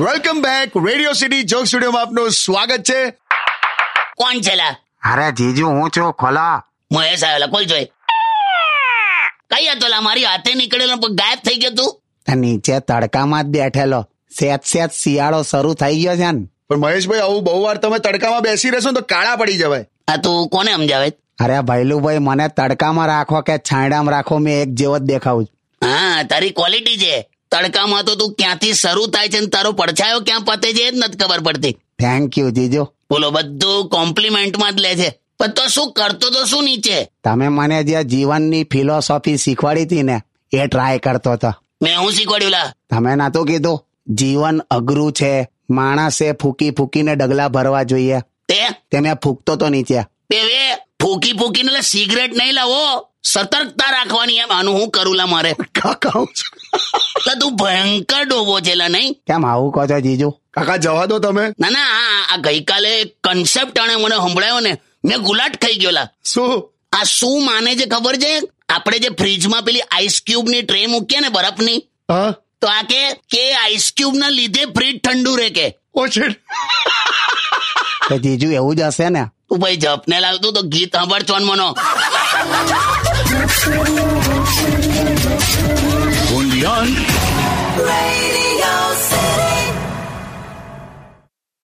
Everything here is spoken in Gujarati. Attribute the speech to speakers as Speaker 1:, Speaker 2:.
Speaker 1: Welcome back radio city joke studio માં આપનું સ્વાગત છે
Speaker 2: કોણ છે લા
Speaker 3: અરે જીજુ હું છું ખોલા
Speaker 2: મહેશ આવેલા કોઈ જોઈ કઈ હતો લા મારી હાથે નીકળેલો પણ ગાયબ થઈ ગયો તું
Speaker 3: નીચે તડકામાં જ બેઠેલો સેત સેત શિયાળો શરૂ થઈ ગયો છે ને
Speaker 1: પણ મહેશભાઈ આવું બહુ વાર તમે તડકામાં બેસી રહેશો ને તો કાળા પડી જવાય
Speaker 2: આ તું કોને સમજાવે
Speaker 3: અરે ભૈલુભાઈ મને તડકામાં રાખો કે છાંયડામાં રાખો મેં એક જેવો જ દેખાઉં છું
Speaker 2: હા તારી ક્વોલિટી છે તડકામાં તો તું ક્યાંથી શરૂ થાય છે ને તારો પડછાયો ક્યાં પતે છે એ જ નથી ખબર પડતી
Speaker 3: થેન્ક યુ જીજુ
Speaker 2: બોલો બધું કોમ્પ્લિમેન્ટમાં જ લે છે પણ તો શું કરતો તો શું નીચે
Speaker 3: તમે મને જે જીવનની ફિલોસોફી શીખવાડી હતી ને એ ટ્રાય કરતો હતો
Speaker 2: મેં હું શીખવાડ્યું લા
Speaker 3: તમે નતું કીધું જીવન અઘરું છે માણસે ફૂકી ફૂકીને ડગલા ભરવા જોઈએ
Speaker 2: તે
Speaker 3: તે મેં ફૂકતો તો નીચે
Speaker 2: તે વે ફૂકી ફૂકીને લે સિગરેટ નહીં લાવો સતર્કતા રાખવાની એમ આનું હું કરું લા મારે
Speaker 1: કાકા હું છું.
Speaker 2: લા તું ભયંકર ડોબો છે લા નહીં
Speaker 3: કેમ આવું કહો છો જીજુ
Speaker 1: કાકા જવા દો તમે
Speaker 2: ના ના આ- આ ગઈકાલે કન્સેપ્ટ આણે મને સંભળાયો ને મેં ગુલાટ ખાઈ ગયો લા
Speaker 1: શું
Speaker 2: આ શું માને છે ખબર છે આપણે જે ફ્રીજમાં પેલી આઈસ ક્યુબ ની ટ્રે મૂકીએ ને બરફની
Speaker 1: હા
Speaker 2: તો આ કે કે આઈસ ક્યુબ ના લીધે ફ્રીજ ઠંડુ રહે કે
Speaker 1: ઓ શેટ
Speaker 3: તો જીજુ એવું જ હશે ને
Speaker 2: તું ભાઈ જપને લાવતું તો ગીત સાંભળ ચોનમનો
Speaker 4: Radio City.